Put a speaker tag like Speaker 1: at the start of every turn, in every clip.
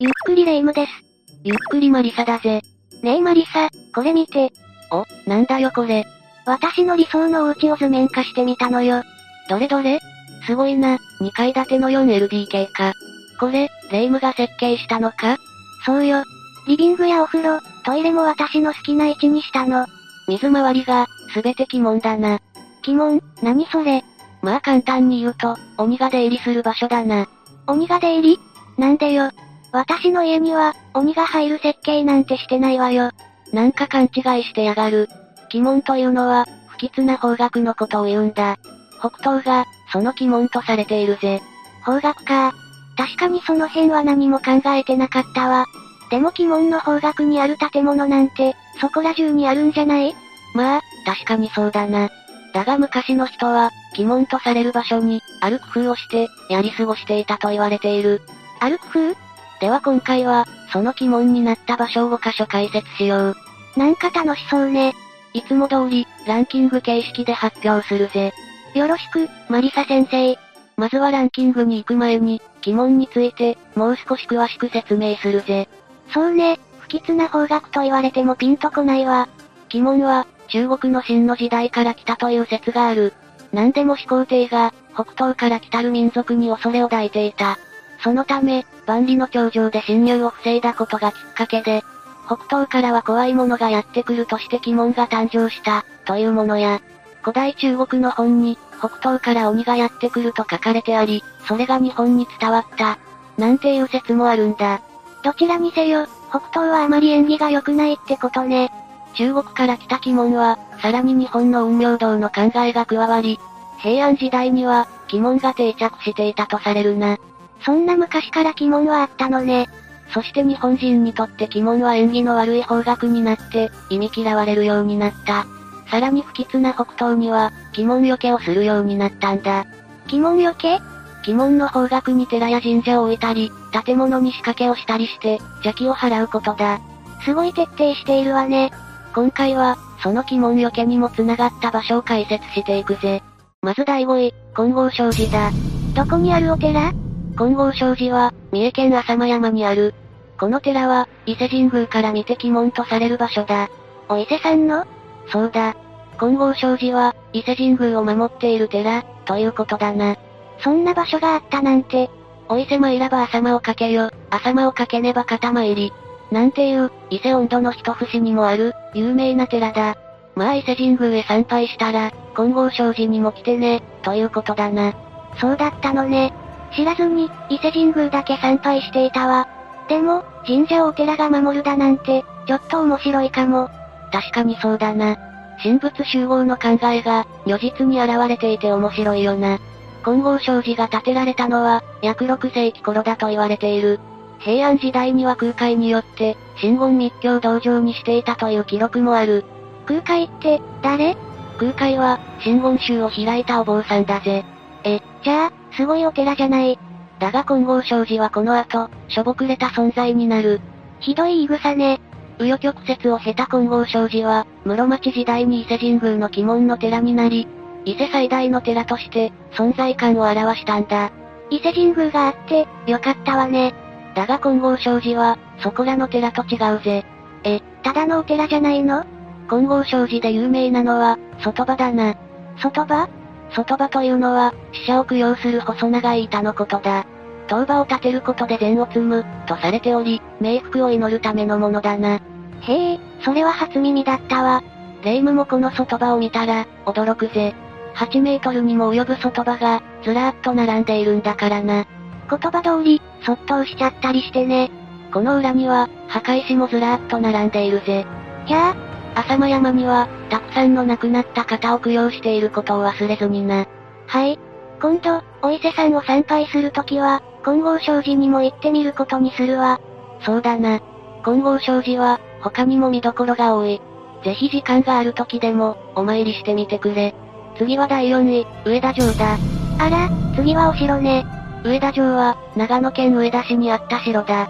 Speaker 1: ゆっくりレ夢ムです。
Speaker 2: ゆっくりマリサだぜ。
Speaker 1: ねえマリサ、これ見て。
Speaker 2: お、なんだよこれ。
Speaker 1: 私の理想のお家を図面化してみたのよ。
Speaker 2: どれどれすごいな、2階建ての 4LDK か。これ、レ夢ムが設計したのか
Speaker 1: そうよ。リビングやお風呂、トイレも私の好きな位置にしたの。
Speaker 2: 水回りが、すべて鬼門だな。
Speaker 1: 鬼門、何それ
Speaker 2: まあ簡単に言うと、鬼が出入りする場所だな。
Speaker 1: 鬼が出入りなんでよ。私の家には、鬼が入る設計なんてしてないわよ。
Speaker 2: なんか勘違いしてやがる。鬼門というのは、不吉な方角のことを言うんだ。北東が、その鬼門とされているぜ。
Speaker 1: 方角か。確かにその辺は何も考えてなかったわ。でも鬼門の方角にある建物なんて、そこら中にあるんじゃない
Speaker 2: まあ、確かにそうだな。だが昔の人は、鬼門とされる場所に、ある工夫をして、やり過ごしていたと言われている。
Speaker 1: ある工夫
Speaker 2: では今回は、その鬼門になった場所を5箇所解説しよう。
Speaker 1: なんか楽しそうね。
Speaker 2: いつも通り、ランキング形式で発表するぜ。
Speaker 1: よろしく、マリサ先生。
Speaker 2: まずはランキングに行く前に、鬼門について、もう少し詳しく説明するぜ。
Speaker 1: そうね、不吉な方角と言われてもピンとこないわ。
Speaker 2: 鬼門は、中国の秦の時代から来たという説がある。何でも始皇帝が、北東から来たる民族に恐れを抱いていた。そのため、万里の長城で侵入を防いだことがきっかけで、北東からは怖いものがやってくるとして鬼門が誕生した、というものや、古代中国の本に、北東から鬼がやってくると書かれてあり、それが日本に伝わった、なんていう説もあるんだ。
Speaker 1: どちらにせよ、北東はあまり縁起が良くないってことね。
Speaker 2: 中国から来た鬼門は、さらに日本の運陽道の考えが加わり、平安時代には、鬼門が定着していたとされるな。
Speaker 1: そんな昔から鬼門はあったのね。
Speaker 2: そして日本人にとって鬼門は縁起の悪い方角になって、忌み嫌われるようになった。さらに不吉な北東には、鬼門よけをするようになったんだ。
Speaker 1: 鬼門よけ
Speaker 2: 鬼門の方角に寺や神社を置いたり、建物に仕掛けをしたりして、邪気を払うことだ。
Speaker 1: すごい徹底しているわね。
Speaker 2: 今回は、その鬼門よけにも繋がった場所を解説していくぜ。まず第5位、金剛障子だ。
Speaker 1: どこにあるお寺
Speaker 2: 金剛障子は、三重県浅間山にある。この寺は、伊勢神宮から見て鬼門とされる場所だ。
Speaker 1: お伊勢さんの
Speaker 2: そうだ。金剛障子は、伊勢神宮を守っている寺、ということだな。
Speaker 1: そんな場所があったなんて。
Speaker 2: お伊勢参らば浅間をかけよ、浅間をかけねば肩参り。なんていう、伊勢温度の一節にもある、有名な寺だ。まあ伊勢神宮へ参拝したら、金剛障子にも来てね、ということだな。
Speaker 1: そうだったのね。知らずに、伊勢神宮だけ参拝していたわ。でも、神社をお寺が守るだなんて、ちょっと面白いかも。
Speaker 2: 確かにそうだな。神仏集合の考えが、如実に現れていて面白いよな。金剛障子が建てられたのは、約6世紀頃だと言われている。平安時代には空海によって、神言密教道場にしていたという記録もある。
Speaker 1: 空海って、誰
Speaker 2: 空海は、神言宗を開いたお坊さんだぜ。
Speaker 1: え、じゃあ、すごいお寺じゃない。
Speaker 2: だが金剛障子はこの後、しょぼくれた存在になる。
Speaker 1: ひどい言い草ね。
Speaker 2: 紆余曲折を経た金剛障子は、室町時代に伊勢神宮の鬼門の寺になり、伊勢最大の寺として、存在感を表したんだ。
Speaker 1: 伊勢神宮があって、よかったわね。
Speaker 2: だが金剛障子は、そこらの寺と違うぜ。
Speaker 1: え、ただのお寺じゃないの
Speaker 2: 金剛障子で有名なのは、外場だな。
Speaker 1: 外場
Speaker 2: 外場というのは、死者を供養する細長い板のことだ。当場を立てることで善を積む、とされており、冥福を祈るためのものだな。
Speaker 1: へえ、それは初耳だったわ。
Speaker 2: 霊夢もこの外場を見たら、驚くぜ。8メートルにも及ぶ外場が、ずらーっと並んでいるんだからな。
Speaker 1: 言葉通り、そっと押しちゃったりしてね。
Speaker 2: この裏には、墓石もずらーっと並んでいるぜ。
Speaker 1: ひゃー、
Speaker 2: 浅間山には、たくさんの亡くなった方を供養していることを忘れずにな。
Speaker 1: はい。今度、お伊勢さんを参拝するときは、金剛障子にも行ってみることにするわ。
Speaker 2: そうだな。金剛障子は、他にも見どころが多い。ぜひ時間があるときでも、お参りしてみてくれ。次は第4位、上田城だ。
Speaker 1: あら、次はお城ね。
Speaker 2: 上田城は、長野県上田市にあった城だ。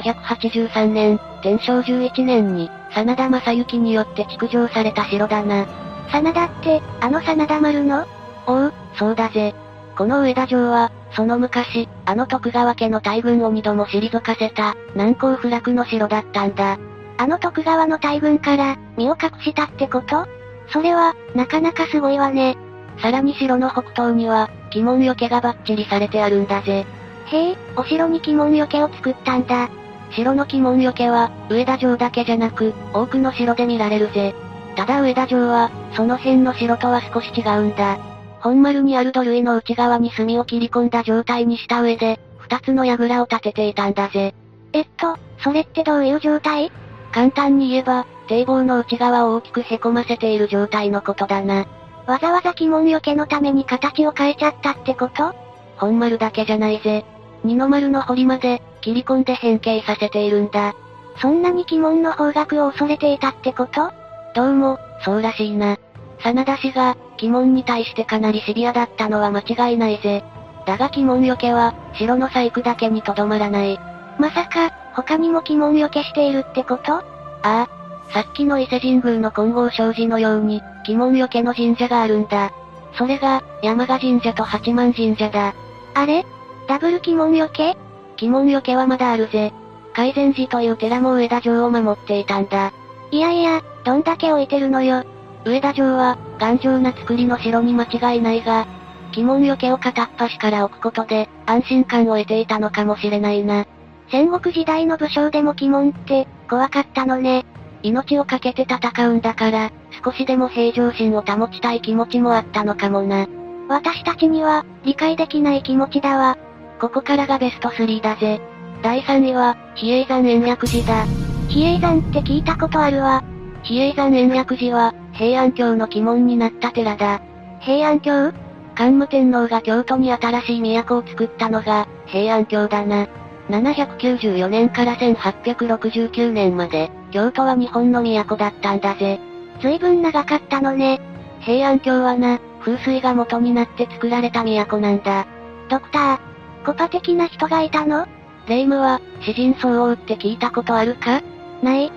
Speaker 2: 1583年、天正11年に、真田正幸によって築城された城だな。
Speaker 1: 真田って、あの真田丸の
Speaker 2: おう、そうだぜ。この上田城は、その昔、あの徳川家の大軍を二度も退かせた、難攻不落の城だったんだ。
Speaker 1: あの徳川の大軍から、身を隠したってことそれは、なかなかすごいわね。
Speaker 2: さらに城の北東には、鬼門よけがバッチリされてあるんだぜ。
Speaker 1: へえ、お城に鬼門よけを作ったんだ。
Speaker 2: 城の鬼門よけは、上田城だけじゃなく、多くの城で見られるぜ。ただ上田城は、その辺の城とは少し違うんだ。本丸にある土塁の内側に炭を切り込んだ状態にした上で、二つの櫓を建てていたんだぜ。
Speaker 1: えっと、それってどういう状態
Speaker 2: 簡単に言えば、堤防の内側を大きく凹ませている状態のことだな。
Speaker 1: わざわざ鬼門よけのために形を変えちゃったってこと
Speaker 2: 本丸だけじゃないぜ。二の丸の堀まで、切り込んで変形させているんだ。
Speaker 1: そんなに鬼門の方角を恐れていたってこと
Speaker 2: どうも、そうらしいな。真田氏が、鬼門に対してかなりシビアだったのは間違いないぜ。だが鬼門よけは、城の細工だけにとどまらない。
Speaker 1: まさか、他にも鬼門よけしているってことあ
Speaker 2: あ。さっきの伊勢神宮の金剛障子のように、鬼門よけの神社があるんだ。それが、山賀神社と八幡神社だ。
Speaker 1: あれダブル鬼門よけ
Speaker 2: 鬼門よけはまだあるぜ。改善寺という寺も上田城を守っていたんだ。
Speaker 1: いやいや、どんだけ置いてるのよ。
Speaker 2: 上田城は、頑丈な作りの城に間違いないが、鬼門よけを片っ端から置くことで、安心感を得ていたのかもしれないな。
Speaker 1: 戦国時代の武将でも鬼門って、怖かったのね。
Speaker 2: 命を懸けて戦うんだから、少しでも平常心を保ちたい気持ちもあったのかもな。
Speaker 1: 私たちには、理解できない気持ちだわ。
Speaker 2: ここからがベスト3だぜ。第3位は、比叡山延暦寺だ。
Speaker 1: 比叡山って聞いたことあるわ。
Speaker 2: 比叡山延暦寺は、平安京の鬼門になった寺だ。
Speaker 1: 平安京
Speaker 2: 桓武天皇が京都に新しい都を作ったのが、平安京だな。794年から1869年まで、京都は日本の都だったんだぜ。
Speaker 1: 随分長かったのね。
Speaker 2: 平安京はな、風水が元になって作られた都なんだ。
Speaker 1: ドクター、コパ的な人がいたの
Speaker 2: 霊夢は、詩人相応って聞いたことあるか
Speaker 1: ない。きっ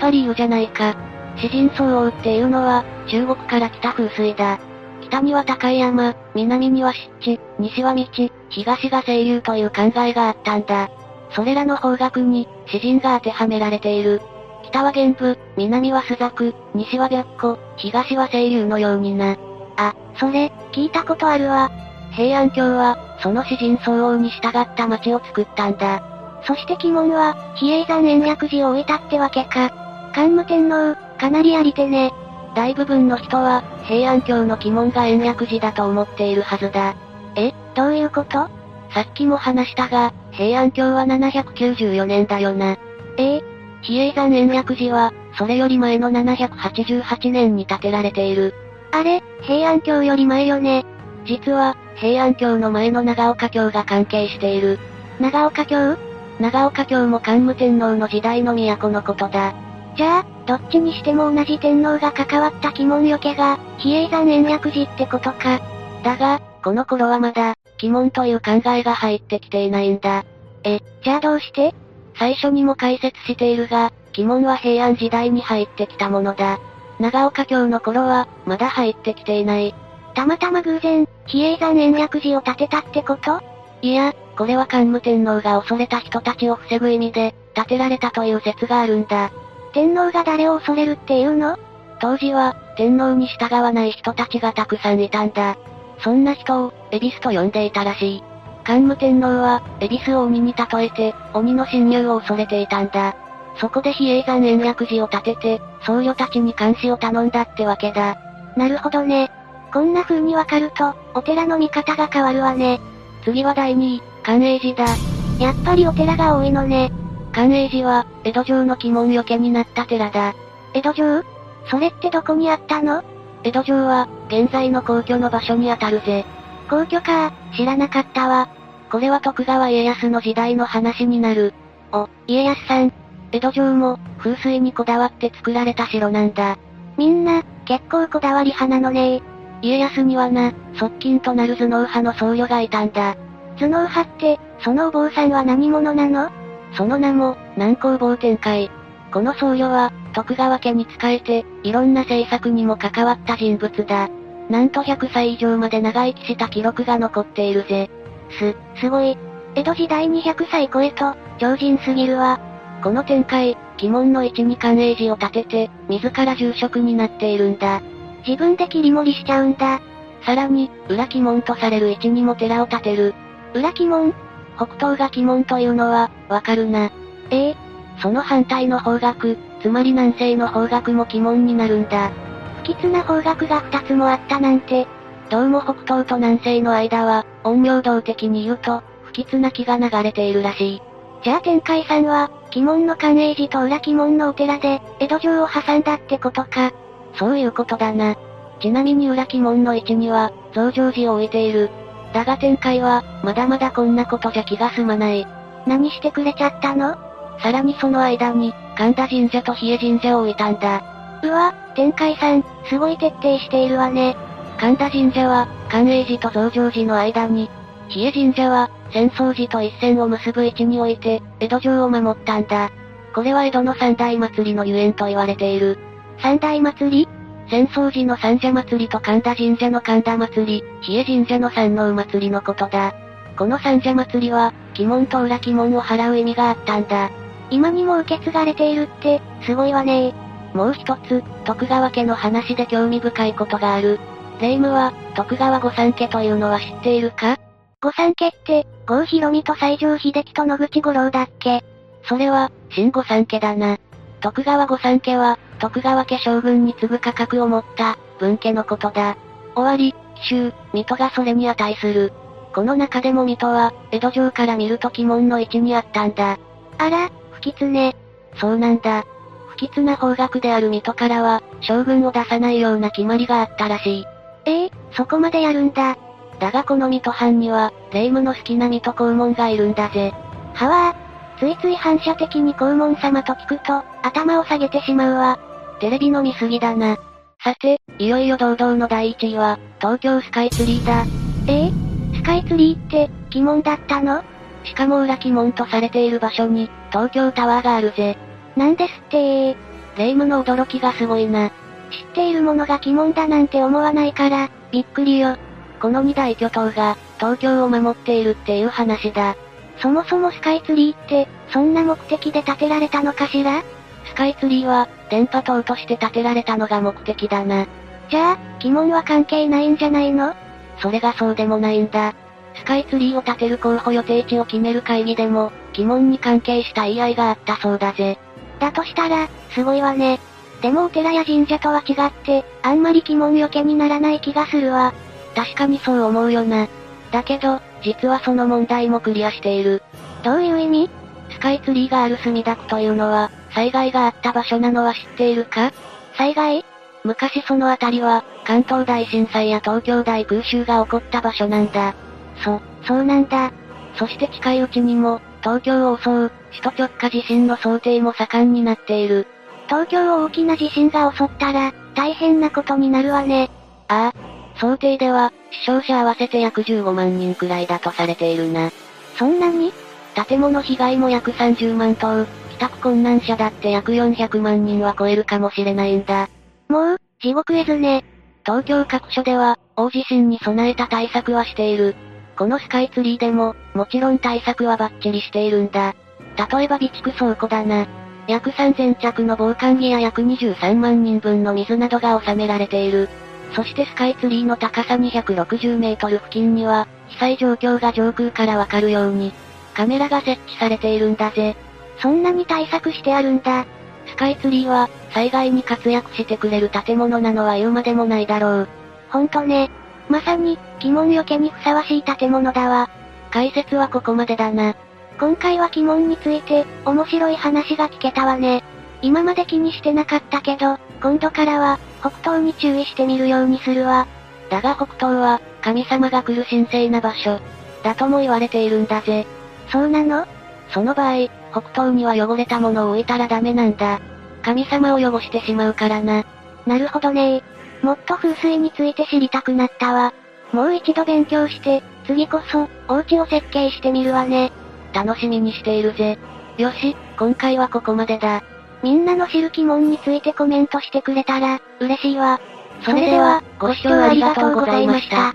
Speaker 2: ぱり言うじゃないか。詩人相応っていうのは、中国から来た風水だ。北には高い山、南には湿地、西は道、東が清流という考えがあったんだ。それらの方角に、詩人が当てはめられている。北は玄武、南は朱雀、西は白虎、東は清流のようにな。
Speaker 1: あ、それ、聞いたことあるわ。
Speaker 2: 平安京は、その詩人相応に従った町を作ったんだ。
Speaker 1: そして鬼門は、比叡山延暦寺を置いたってわけか。桓武天皇、かなりありてね。
Speaker 2: 大部分の人は、平安京の鬼門が延暦寺だと思っているはずだ。
Speaker 1: え、どういうこと
Speaker 2: さっきも話したが、平安京は794年だよな。
Speaker 1: ええ、
Speaker 2: 比叡山延暦寺は、それより前の788年に建てられている。
Speaker 1: あれ、平安京より前よね。
Speaker 2: 実は、平安京の前の長岡京が関係している。
Speaker 1: 長岡京
Speaker 2: 長岡京も桓武天皇の時代の都のことだ。
Speaker 1: じゃあ、どっちにしても同じ天皇が関わった鬼門よけが、比叡山延暦寺ってことか。
Speaker 2: だが、この頃はまだ、鬼門という考えが入ってきていないんだ。
Speaker 1: え、じゃあどうして
Speaker 2: 最初にも解説しているが、鬼門は平安時代に入ってきたものだ。長岡京の頃は、まだ入ってきていない。
Speaker 1: たまたま偶然、比叡山延暦寺を建てたってこと
Speaker 2: いや、これは桓武天皇が恐れた人たちを防ぐ意味で、建てられたという説があるんだ。
Speaker 1: 天皇が誰を恐れるっていうの
Speaker 2: 当時は、天皇に従わない人たちがたくさんいたんだ。そんな人を、エビスと呼んでいたらしい。桓武天皇は、エビスを鬼に例えて、鬼の侵入を恐れていたんだ。そこで比叡山延暦寺を建てて、僧侶たちに監視を頼んだってわけだ。
Speaker 1: なるほどね。こんな風にわかると、お寺の見方が変わるわね。
Speaker 2: 次は第2位、寛永寺だ。
Speaker 1: やっぱりお寺が多いのね。
Speaker 2: 寛永寺は、江戸城の鬼門よけになった寺だ。
Speaker 1: 江戸城それってどこにあったの
Speaker 2: 江戸城は、現在の皇居の場所にあたるぜ。
Speaker 1: 皇居か知らなかったわ。
Speaker 2: これは徳川家康の時代の話になる。
Speaker 1: お、家康さん。
Speaker 2: 江戸城も、風水にこだわって作られた城なんだ。
Speaker 1: みんな、結構こだわり派なのね
Speaker 2: 家康にはな、側近となる頭脳派の僧侶がいたんだ。
Speaker 1: 頭脳派って、そのお坊さんは何者なの
Speaker 2: その名も、南光坊天会。この僧侶は、徳川家に仕えて、いろんな政策にも関わった人物だ。なんと100歳以上まで長生きした記録が残っているぜ。
Speaker 1: す、すごい。江戸時代に100歳超えと、超人すぎるわ。
Speaker 2: この展開、鬼門の位置に寛永寺を建てて、自ら住職になっているんだ。
Speaker 1: 自分で切り盛りしちゃうんだ。
Speaker 2: さらに、裏鬼門とされる位置にも寺を建てる。
Speaker 1: 裏鬼門
Speaker 2: 北東が鬼門というのは、わかるな。
Speaker 1: ええ
Speaker 2: その反対の方角、つまり南西の方角も鬼門になるんだ。
Speaker 1: 不吉な方角が2つもあったなんて、
Speaker 2: どうも北東と南西の間は、陰陽道的に言うと、不吉な気が流れているらしい。
Speaker 1: じゃあ天海さんは、鬼門の寛永寺と裏鬼門のお寺で、江戸城を挟んだってことか。
Speaker 2: そういうことだな。ちなみに裏鬼門の位置には、増上寺を置いている。だが天海は、まだまだこんなことじゃ気が済まない。
Speaker 1: 何してくれちゃったの
Speaker 2: さらにその間に、神田神社と比叡神社を置いたんだ。
Speaker 1: うわ、天海さん、すごい徹底しているわね。
Speaker 2: 神田神社は、寛永寺と増上寺の間に、比叡神社は、浅草寺と一線を結ぶ位置に置いて、江戸城を守ったんだ。これは江戸の三大祭りのゆえんと言われている。
Speaker 1: 三大祭り
Speaker 2: 浅草寺の三社祭りと神田神社の神田祭り、比叡神社の三能祭りのことだ。この三社祭りは、鬼門と裏鬼門を払う意味があったんだ。
Speaker 1: 今にも受け継がれているって、すごいわね
Speaker 2: もう一つ、徳川家の話で興味深いことがある。霊夢は、徳川御三家というのは知っているか
Speaker 1: 御三家って、郷ひろみと西城秀樹と野口五郎だっけ
Speaker 2: それは、新御三家だな。徳川御三家は、徳川家将軍に次ぐ価格を持った、分家のことだ。終わり、奇襲、水戸がそれに値する。この中でも水戸は、江戸城から見ると鬼門の位置にあったんだ。
Speaker 1: あら、不吉ね。
Speaker 2: そうなんだ。不吉な方角である水戸からは、将軍を出さないような決まりがあったらしい。
Speaker 1: ええー、そこまでやるんだ。
Speaker 2: だがこの水戸藩には、霊夢の好きな水戸黄門がいるんだぜ。
Speaker 1: はわー。ついつい反射的に黄門様と聞くと、頭を下げてしまうわ。
Speaker 2: テレビの見過ぎだな。さて、いよいよ堂々の第1位は、東京スカイツリーだ。
Speaker 1: ええー、スカイツリーって、鬼門だったの
Speaker 2: しかも裏鬼門とされている場所に、東京タワーがあるぜ。
Speaker 1: なんですってー。
Speaker 2: 霊夢の驚きがすごいな。
Speaker 1: 知っているものが鬼門だなんて思わないから、びっくりよ。
Speaker 2: この二大巨頭が、東京を守っているっていう話だ。
Speaker 1: そもそもスカイツリーって、そんな目的で建てられたのかしら
Speaker 2: スカイツリーは、電波塔として建てられたのが目的だな。
Speaker 1: じゃあ、鬼門は関係ないんじゃないの
Speaker 2: それがそうでもないんだ。スカイツリーを建てる候補予定地を決める会議でも、鬼門に関係した言い合いがあったそうだぜ。
Speaker 1: だとしたら、すごいわね。でもお寺や神社とは違って、あんまり鬼門よけにならない気がするわ。
Speaker 2: 確かにそう思うよな。だけど、実はその問題もクリアしている。
Speaker 1: どういう意味
Speaker 2: スカイツリーがある墨田区というのは、災害があった場所なのは知っているか
Speaker 1: 災害
Speaker 2: 昔その辺りは、関東大震災や東京大空襲が起こった場所なんだ。
Speaker 1: そ、そうなんだ。
Speaker 2: そして近いうちにも、東京を襲う、首都直下地震の想定も盛んになっている。
Speaker 1: 東京を大きな地震が襲ったら、大変なことになるわね。
Speaker 2: ああ、想定では、死傷者合わせて約15万人くらいだとされているな。
Speaker 1: そんなに
Speaker 2: 建物被害も約30万棟、帰宅困難者だって約400万人は超えるかもしれないんだ。
Speaker 1: もう、地獄絵図ね。
Speaker 2: 東京各所では、大地震に備えた対策はしている。このスカイツリーでも、もちろん対策はバッチリしているんだ。例えば備蓄倉庫だな。約3000着の防寒着や約23万人分の水などが収められている。そしてスカイツリーの高さ260メートル付近には、被災状況が上空からわかるように、カメラが設置されているんだぜ。
Speaker 1: そんなに対策してあるんだ。
Speaker 2: スカイツリーは、災害に活躍してくれる建物なのは言うまでもないだろう。
Speaker 1: ほんとね。まさに、鬼門よけにふさわしい建物だわ。
Speaker 2: 解説はここまでだな。
Speaker 1: 今回は鬼門について、面白い話が聞けたわね。今まで気にしてなかったけど、今度からは、北東に注意してみるようにするわ。
Speaker 2: だが北東は、神様が来る神聖な場所、だとも言われているんだぜ。
Speaker 1: そうなの
Speaker 2: その場合、北東には汚れたものを置いたらダメなんだ。神様を汚してしまうからな。
Speaker 1: なるほどねもっと風水について知りたくなったわ。もう一度勉強して、次こそ、お家を設計してみるわね。
Speaker 2: 楽しみにしているぜ。よし、今回はここまでだ。
Speaker 1: みんなの知る疑問についてコメントしてくれたら、嬉しいわ。それでは、ご視聴ありがとうございました。